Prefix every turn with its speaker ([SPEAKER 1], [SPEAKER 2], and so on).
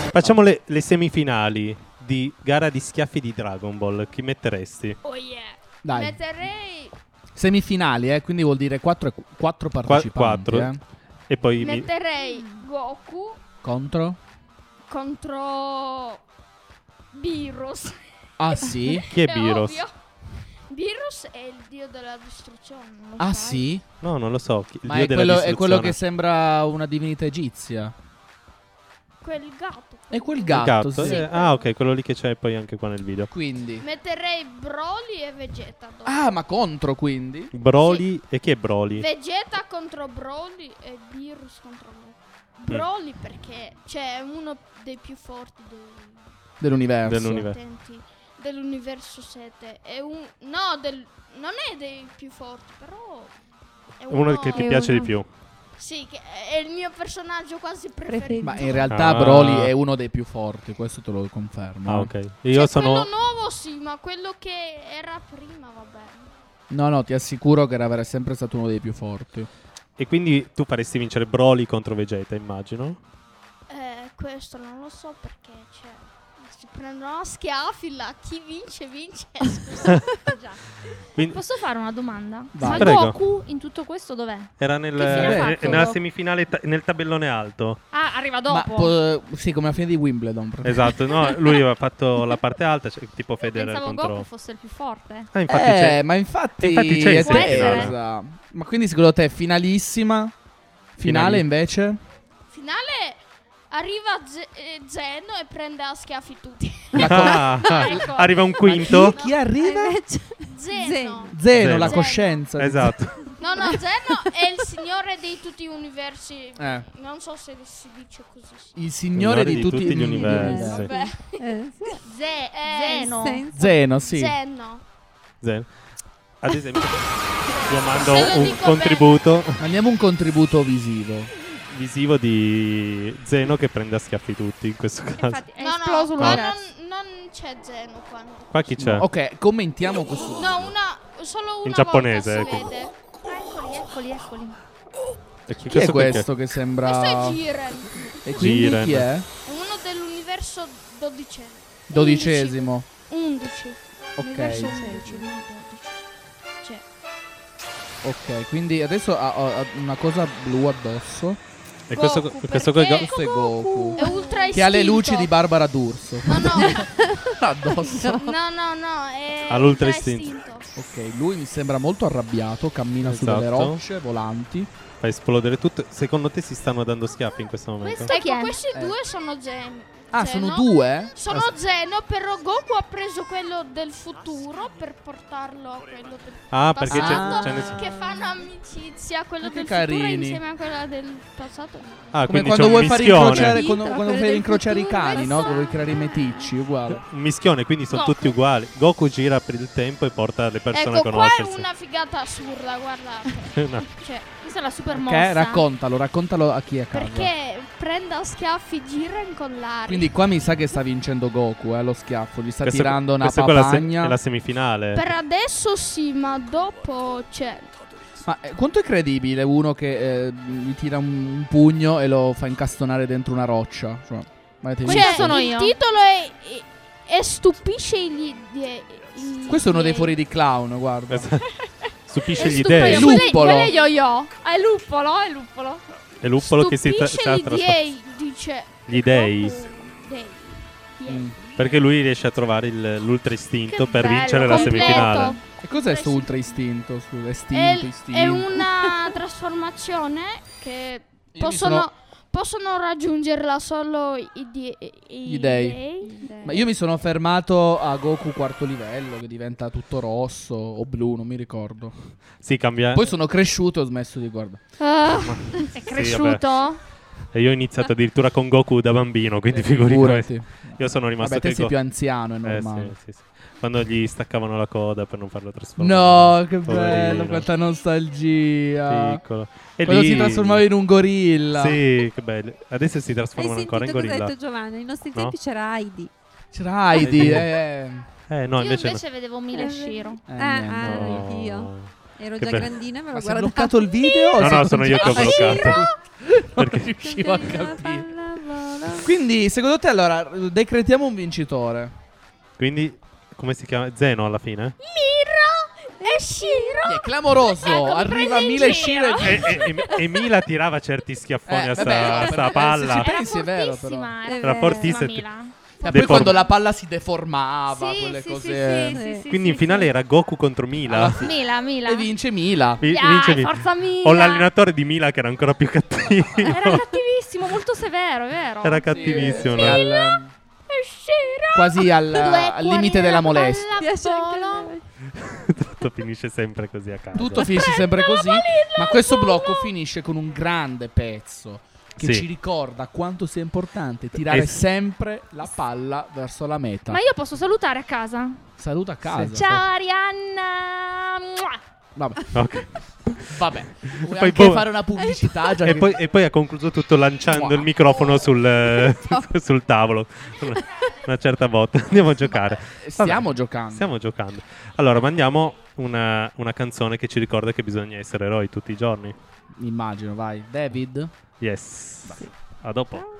[SPEAKER 1] Facciamo le, le semifinali di gara di schiaffi di Dragon Ball. Chi metteresti?
[SPEAKER 2] Oh yeah.
[SPEAKER 3] Dai.
[SPEAKER 2] Metterei,
[SPEAKER 3] Semifinali, eh, quindi vuol dire 4, partecipanti.
[SPEAKER 1] quattro.
[SPEAKER 3] eh.
[SPEAKER 1] E poi mi-
[SPEAKER 2] metterei Goku
[SPEAKER 3] Contro?
[SPEAKER 2] contro Beerus.
[SPEAKER 3] Ah sì?
[SPEAKER 1] chi è Biros?
[SPEAKER 2] ovvio. Beerus è il dio della distruzione. non lo
[SPEAKER 3] Ah
[SPEAKER 2] sai?
[SPEAKER 3] sì?
[SPEAKER 1] No, non lo so. chi- il
[SPEAKER 3] Ma
[SPEAKER 1] dio
[SPEAKER 3] è
[SPEAKER 1] della
[SPEAKER 3] quello, è quello che
[SPEAKER 1] distruzione.
[SPEAKER 3] sembra una divinità egizia.
[SPEAKER 2] Quel gatto.
[SPEAKER 3] È quel
[SPEAKER 1] Il
[SPEAKER 3] gatto,
[SPEAKER 1] gatto,
[SPEAKER 3] sì.
[SPEAKER 1] eh, ah, ok, quello lì che c'è poi anche qua nel video.
[SPEAKER 3] Quindi.
[SPEAKER 2] Metterei Broly e Vegeta. dopo.
[SPEAKER 3] Ah, ma contro quindi?
[SPEAKER 1] Broly. E chi è Broly?
[SPEAKER 2] Vegeta contro Broly e Beerus contro Goku.
[SPEAKER 3] Mm.
[SPEAKER 2] Broly perché cioè, è uno dei più forti dei
[SPEAKER 3] Dell'universo.
[SPEAKER 1] Dell'universo.
[SPEAKER 2] attenti, dell'universo 7. È un no, del- non è dei più forti, però è uno,
[SPEAKER 1] Uno che ti
[SPEAKER 4] È
[SPEAKER 1] piace
[SPEAKER 4] uno.
[SPEAKER 1] di più.
[SPEAKER 2] Sì, che è il mio personaggio quasi preferito.
[SPEAKER 4] Preferito.
[SPEAKER 3] Ma in realtà
[SPEAKER 1] Ah.
[SPEAKER 3] Broly è uno dei più forti, questo te lo confermo. eh.
[SPEAKER 1] Ah, ok.
[SPEAKER 2] Cioè,
[SPEAKER 1] Io sono.
[SPEAKER 2] quello nuovo sì, ma quello che era prima, vabbè.
[SPEAKER 3] No, no, ti assicuro che era sempre stato uno dei più forti.
[SPEAKER 1] E quindi tu faresti vincere Broly contro Vegeta, immagino.
[SPEAKER 2] Eh, questo non lo so perché cioè, si prendono a schiaffi là, chi vince vince. Scusa.
[SPEAKER 4] Ah, Già.
[SPEAKER 1] Quindi
[SPEAKER 4] Posso fare una domanda?
[SPEAKER 3] Vai.
[SPEAKER 4] Ma
[SPEAKER 1] Prego.
[SPEAKER 4] Goku in tutto questo dov'è?
[SPEAKER 1] era nel,
[SPEAKER 4] Che fine ha
[SPEAKER 1] eh,
[SPEAKER 4] fatto?
[SPEAKER 1] nella semifinale, ta- nel tabellone alto.
[SPEAKER 4] Ah, arriva
[SPEAKER 3] Ma
[SPEAKER 4] dopo.
[SPEAKER 3] po- sì, come a fine di Wimbledon. praticamente.
[SPEAKER 1] Esatto, no, lui aveva fatto la parte alta, cioè, tipo Federer
[SPEAKER 4] Pensavo
[SPEAKER 1] contro.
[SPEAKER 4] Goku fosse il più forte.
[SPEAKER 1] Ah, infatti
[SPEAKER 3] eh,
[SPEAKER 1] c'è.
[SPEAKER 3] ma infatti,
[SPEAKER 1] Infatti c'è
[SPEAKER 3] è
[SPEAKER 1] il
[SPEAKER 4] Può
[SPEAKER 3] tesa.
[SPEAKER 1] essere.
[SPEAKER 3] Ma quindi secondo te finalissima? Finale
[SPEAKER 1] Finali-
[SPEAKER 3] invece?
[SPEAKER 2] Finale arriva Ze- eh, Zeno e prende a schiaffi tutti.
[SPEAKER 3] La
[SPEAKER 1] Ah, ah,
[SPEAKER 2] Ecco.
[SPEAKER 1] arriva un
[SPEAKER 3] co-
[SPEAKER 1] quinto.
[SPEAKER 3] chi
[SPEAKER 5] Eh,
[SPEAKER 3] arriva?
[SPEAKER 2] Zeno.
[SPEAKER 3] Zeno,
[SPEAKER 1] Zeno.
[SPEAKER 3] la
[SPEAKER 2] Eh, Zeno.
[SPEAKER 3] coscienza.
[SPEAKER 1] Esatto.
[SPEAKER 2] No, no, Zeno è il signore di tutti gli universi.
[SPEAKER 3] Eh.
[SPEAKER 2] Non so se si dice così. sì.
[SPEAKER 3] Il signore di, tutti, gli
[SPEAKER 4] Sì.
[SPEAKER 3] universi.
[SPEAKER 2] Vabbè.
[SPEAKER 4] Eh, sì.
[SPEAKER 2] Ze- eh,
[SPEAKER 4] Zeno.
[SPEAKER 3] Zeno, sì.
[SPEAKER 2] Zeno.
[SPEAKER 1] Zen. Ad esempio, io
[SPEAKER 2] Se
[SPEAKER 1] mando
[SPEAKER 2] lo
[SPEAKER 1] un
[SPEAKER 2] dico
[SPEAKER 1] contributo
[SPEAKER 3] Andiamo un contributo visivo.
[SPEAKER 1] visivo di Zeno che prende a schiaffi tutti in questo caso.
[SPEAKER 4] Infatti, è
[SPEAKER 2] No,
[SPEAKER 4] esploso
[SPEAKER 2] no,
[SPEAKER 1] qua
[SPEAKER 2] qua
[SPEAKER 4] l'universo.
[SPEAKER 2] non, non c'è Zeno qua. No,
[SPEAKER 1] Qua chi c'è?
[SPEAKER 3] Ok, commentiamo questo.
[SPEAKER 2] No, una, solo una
[SPEAKER 1] giapponese,
[SPEAKER 2] volta si
[SPEAKER 1] ecco.
[SPEAKER 2] vede.
[SPEAKER 4] Eccoli, eccoli, eccoli.
[SPEAKER 1] E chi-
[SPEAKER 3] Chi è
[SPEAKER 1] perché?
[SPEAKER 3] questo che
[SPEAKER 2] Questo
[SPEAKER 3] sembra...
[SPEAKER 2] è Jiren.
[SPEAKER 3] E quindi
[SPEAKER 1] Jiren.
[SPEAKER 3] chi è?
[SPEAKER 2] È uno dell'universo dodicesimo.
[SPEAKER 3] Dodicesimo.
[SPEAKER 2] 11. Universo
[SPEAKER 3] Ok,
[SPEAKER 2] 11, non 12. Cioè,
[SPEAKER 3] ok. Quindi adesso ha, ha- ha una cosa blu addosso.
[SPEAKER 1] E questo,
[SPEAKER 2] Goku,
[SPEAKER 1] e questo qua è
[SPEAKER 2] perché-
[SPEAKER 1] Go-
[SPEAKER 3] Questo è Goku.
[SPEAKER 2] è ultra istinto.
[SPEAKER 3] Che ha le luci di Barbara D'Urso.
[SPEAKER 2] No, no.
[SPEAKER 3] addosso.
[SPEAKER 2] No, no, no, è
[SPEAKER 1] Ha l'ultra
[SPEAKER 2] ultra
[SPEAKER 1] istinto.
[SPEAKER 3] Ok, lui mi sembra molto arrabbiato, cammina sulle
[SPEAKER 1] Esatto.
[SPEAKER 3] rocce volanti.
[SPEAKER 1] fa esplodere tutto. Secondo te si stanno dando schiaffi in questo momento?
[SPEAKER 4] Questo- chi
[SPEAKER 2] Ecco,
[SPEAKER 4] è?
[SPEAKER 2] questi
[SPEAKER 3] Eh.
[SPEAKER 2] due sono Zeno.
[SPEAKER 3] Ah,
[SPEAKER 2] Zeno.
[SPEAKER 3] sono due?
[SPEAKER 1] Ah,
[SPEAKER 2] Cioè, Sono
[SPEAKER 3] As-
[SPEAKER 2] Zeno, però Goku ha preso quello del futuro per portarlo a quello del
[SPEAKER 1] Ah, perché c'è,
[SPEAKER 2] passato
[SPEAKER 1] c'è
[SPEAKER 3] Ah.
[SPEAKER 1] nessuno.
[SPEAKER 2] che fanno amicizia, quello
[SPEAKER 3] Ma che
[SPEAKER 2] del futuro
[SPEAKER 3] carini.
[SPEAKER 2] insieme a quello del passato.
[SPEAKER 1] Ah,
[SPEAKER 3] Come
[SPEAKER 1] quindi
[SPEAKER 3] quando
[SPEAKER 1] c'è un
[SPEAKER 3] vuoi far
[SPEAKER 1] mischione.
[SPEAKER 3] incrociare, quando,
[SPEAKER 4] Vita,
[SPEAKER 3] quando
[SPEAKER 4] quelle
[SPEAKER 3] fai
[SPEAKER 4] del
[SPEAKER 3] incrociare i
[SPEAKER 4] futuro,
[SPEAKER 3] cani, no?
[SPEAKER 4] adesso-
[SPEAKER 3] Vuoi creare i meticci, uguale.
[SPEAKER 1] Un mischione, quindi sono
[SPEAKER 2] Goku.
[SPEAKER 1] tutti uguali. Goku gira per il tempo e porta le persone
[SPEAKER 2] Ecco,
[SPEAKER 1] a
[SPEAKER 2] qua è
[SPEAKER 1] conoscersi.
[SPEAKER 2] una figata assurda, guardate.
[SPEAKER 1] No.
[SPEAKER 2] Cioè,
[SPEAKER 4] Questa è la super mossa.
[SPEAKER 3] Ok, raccontalo, raccontalo a chi è a casa.
[SPEAKER 2] perché prenda a schiaffi Jiren con l'aria.
[SPEAKER 3] Quindi qua mi sa che sta vincendo Goku, eh, lo schiaffo, gli sta
[SPEAKER 1] Questa-
[SPEAKER 3] tirando una
[SPEAKER 1] questa è quella se-
[SPEAKER 3] papagna.
[SPEAKER 1] è la semifinale.
[SPEAKER 2] Per adesso sì, ma dopo cioè, c'è.
[SPEAKER 3] Ma eh, quanto è credibile uno che eh, gli tira un, un pugno e lo fa incastonare dentro una roccia? Cioè, ma avete
[SPEAKER 4] Questo
[SPEAKER 2] Cioè,
[SPEAKER 3] visto?
[SPEAKER 4] sono
[SPEAKER 2] il
[SPEAKER 4] io.
[SPEAKER 2] titolo è, è- è stupisce gli, gli- gli-
[SPEAKER 3] Questo è uno dei
[SPEAKER 2] gli-
[SPEAKER 3] fuori di clown, guarda.
[SPEAKER 1] Esatto. Stupisce
[SPEAKER 2] è
[SPEAKER 1] gli
[SPEAKER 2] stupido.
[SPEAKER 1] dei.
[SPEAKER 3] Lu-
[SPEAKER 4] Quello è-
[SPEAKER 3] Luppolo.
[SPEAKER 4] Quello è yo-yo. Ah, è luppolo, è luppolo.
[SPEAKER 1] È Luppolo che si tra-
[SPEAKER 2] Stupisce
[SPEAKER 1] sta
[SPEAKER 2] gli
[SPEAKER 1] trasformando.
[SPEAKER 2] dei, dice.
[SPEAKER 1] Gli dei.
[SPEAKER 2] Goku, dei.
[SPEAKER 3] Mm.
[SPEAKER 1] Perché lui riesce a trovare il- l'ultra istinto
[SPEAKER 4] Che
[SPEAKER 1] per
[SPEAKER 4] bello,
[SPEAKER 1] vincere la
[SPEAKER 2] Completo.
[SPEAKER 1] semifinale.
[SPEAKER 3] E cos'è sto ultra istinto? Scusa,
[SPEAKER 2] È,
[SPEAKER 3] istinto, istinto.
[SPEAKER 2] è una trasformazione che
[SPEAKER 3] mi
[SPEAKER 2] possono,
[SPEAKER 3] sono-
[SPEAKER 2] possono raggiungerla solo i, die- i-
[SPEAKER 3] Gli dei. Ma
[SPEAKER 4] Dai.
[SPEAKER 3] io mi sono fermato a Goku quarto livello, che diventa tutto rosso o blu, non mi ricordo.
[SPEAKER 1] Sì, cambia.
[SPEAKER 3] Poi sono cresciuto e ho smesso di guardare.
[SPEAKER 2] Ah,
[SPEAKER 4] È cresciuto?
[SPEAKER 1] E io ho iniziato addirittura con Goku da bambino, quindi figurati.
[SPEAKER 3] Eh, Figurati.
[SPEAKER 1] Io sono rimasto
[SPEAKER 3] Vabbè, te
[SPEAKER 1] che
[SPEAKER 3] sei
[SPEAKER 1] Go-
[SPEAKER 3] più anziano, è
[SPEAKER 1] Eh,
[SPEAKER 3] normale.
[SPEAKER 1] sì, sì, sì. Quando gli staccavano la coda per non farlo trasformare.
[SPEAKER 3] No, che bello,
[SPEAKER 1] Poverino.
[SPEAKER 3] quanta nostalgia.
[SPEAKER 1] Piccolo. E
[SPEAKER 3] Quando
[SPEAKER 1] lì...
[SPEAKER 3] si trasformava in un gorilla.
[SPEAKER 1] Sì, che bello. Adesso si
[SPEAKER 5] Hai
[SPEAKER 1] trasformano ancora
[SPEAKER 5] sentito cosa
[SPEAKER 1] in
[SPEAKER 5] ha
[SPEAKER 1] gorilla.
[SPEAKER 5] detto Giovanni? Ai nostri
[SPEAKER 1] No?
[SPEAKER 5] tempi c'era Heidi.
[SPEAKER 3] C'era Heidi. eh.
[SPEAKER 1] Eh, no,
[SPEAKER 2] io
[SPEAKER 1] invece, no.
[SPEAKER 2] invece vedevo Mila
[SPEAKER 5] Eh,
[SPEAKER 2] Shiro.
[SPEAKER 3] Eh,
[SPEAKER 5] ah,
[SPEAKER 3] niente.
[SPEAKER 5] ah,
[SPEAKER 1] No.
[SPEAKER 5] anch'io. Ero
[SPEAKER 1] Che
[SPEAKER 5] già
[SPEAKER 1] bello.
[SPEAKER 5] grandina, me
[SPEAKER 3] Ma
[SPEAKER 5] lo
[SPEAKER 3] si è
[SPEAKER 5] guardavo.
[SPEAKER 3] bloccato il video? o
[SPEAKER 1] No,
[SPEAKER 3] si
[SPEAKER 1] no,
[SPEAKER 3] è
[SPEAKER 1] sono io che ho
[SPEAKER 3] continuato?
[SPEAKER 1] bloccato. Perché
[SPEAKER 3] Non riuscivo a capire.
[SPEAKER 5] Pallavolo.
[SPEAKER 3] Quindi, secondo te, allora, decretiamo un vincitore.
[SPEAKER 1] Quindi, come si chiama? Zeno alla fine?
[SPEAKER 2] Miro e Shiro.
[SPEAKER 3] Che è clamoroso.
[SPEAKER 4] Ecco, mi
[SPEAKER 3] Arriva
[SPEAKER 4] prendi in
[SPEAKER 3] Mila e Shiro
[SPEAKER 4] giro.
[SPEAKER 3] e-
[SPEAKER 1] e, e- e- e Mila tirava certi schiaffoni
[SPEAKER 3] Eh,
[SPEAKER 1] a sta,
[SPEAKER 3] vabbè,
[SPEAKER 1] a
[SPEAKER 3] vabbè,
[SPEAKER 1] sta
[SPEAKER 3] eh, sì,
[SPEAKER 1] palla.
[SPEAKER 3] sì.
[SPEAKER 4] Era
[SPEAKER 3] Pensi, è vero,
[SPEAKER 4] fortissima,
[SPEAKER 5] però.
[SPEAKER 4] era
[SPEAKER 5] Era
[SPEAKER 1] fortissima,
[SPEAKER 4] fortissima Mila.
[SPEAKER 3] Ma Cioè, poi
[SPEAKER 1] Deform-
[SPEAKER 3] quando la palla si deformava,
[SPEAKER 4] Sì,
[SPEAKER 3] quelle
[SPEAKER 4] sì,
[SPEAKER 3] cose. eh.
[SPEAKER 4] sì, sì, sì, sì,
[SPEAKER 1] Quindi in
[SPEAKER 4] sì,
[SPEAKER 1] finale
[SPEAKER 4] sì.
[SPEAKER 1] era Goku contro Mila.
[SPEAKER 3] Alla fine-
[SPEAKER 4] Mila, Mila.
[SPEAKER 3] E vince Mila.
[SPEAKER 1] Vi-
[SPEAKER 4] Dai,
[SPEAKER 1] vince Mila.
[SPEAKER 4] forza Mila.
[SPEAKER 1] Ho l'allenatore di Mila che era ancora più cattivo.
[SPEAKER 4] Era cattivissimo, molto severo, è vero?
[SPEAKER 1] Era cattivissimo.
[SPEAKER 3] Sì,
[SPEAKER 1] no?
[SPEAKER 3] al- ehm,
[SPEAKER 4] E Shiro.
[SPEAKER 3] quasi al,
[SPEAKER 2] Due
[SPEAKER 3] al limite della
[SPEAKER 2] cuori nella
[SPEAKER 3] molestia.
[SPEAKER 5] Piace anche a
[SPEAKER 2] palla,
[SPEAKER 5] me.
[SPEAKER 1] Tutto finisce sempre così a caso.
[SPEAKER 3] Tutto finisce sempre così. Ma questo blocco finisce con un grande pezzo. Che
[SPEAKER 1] Sì.
[SPEAKER 3] ci ricorda quanto sia importante tirare
[SPEAKER 1] Es-
[SPEAKER 3] sempre la palla verso la meta.
[SPEAKER 4] Ma io posso salutare a casa.
[SPEAKER 3] Saluta a casa.
[SPEAKER 4] Ciao Arianna. Mua.
[SPEAKER 3] Vabbè.
[SPEAKER 1] Ok.
[SPEAKER 3] Vabbè. Vuoi
[SPEAKER 1] poi
[SPEAKER 3] anche
[SPEAKER 1] boh-
[SPEAKER 3] fare una pubblicità. Già
[SPEAKER 1] E
[SPEAKER 3] che-
[SPEAKER 1] poi, e poi ha concluso tutto lanciando il microfono sul, eh, sul tavolo. Una, una certa volta. Andiamo a giocare.
[SPEAKER 3] stiamo
[SPEAKER 1] Vabbè.
[SPEAKER 3] giocando.
[SPEAKER 1] Stiamo giocando. Allora, mandiamo una, una canzone che ci ricorda che bisogna essere eroi tutti i giorni.
[SPEAKER 3] Immagino, vai. David.
[SPEAKER 1] Yes. A dopo.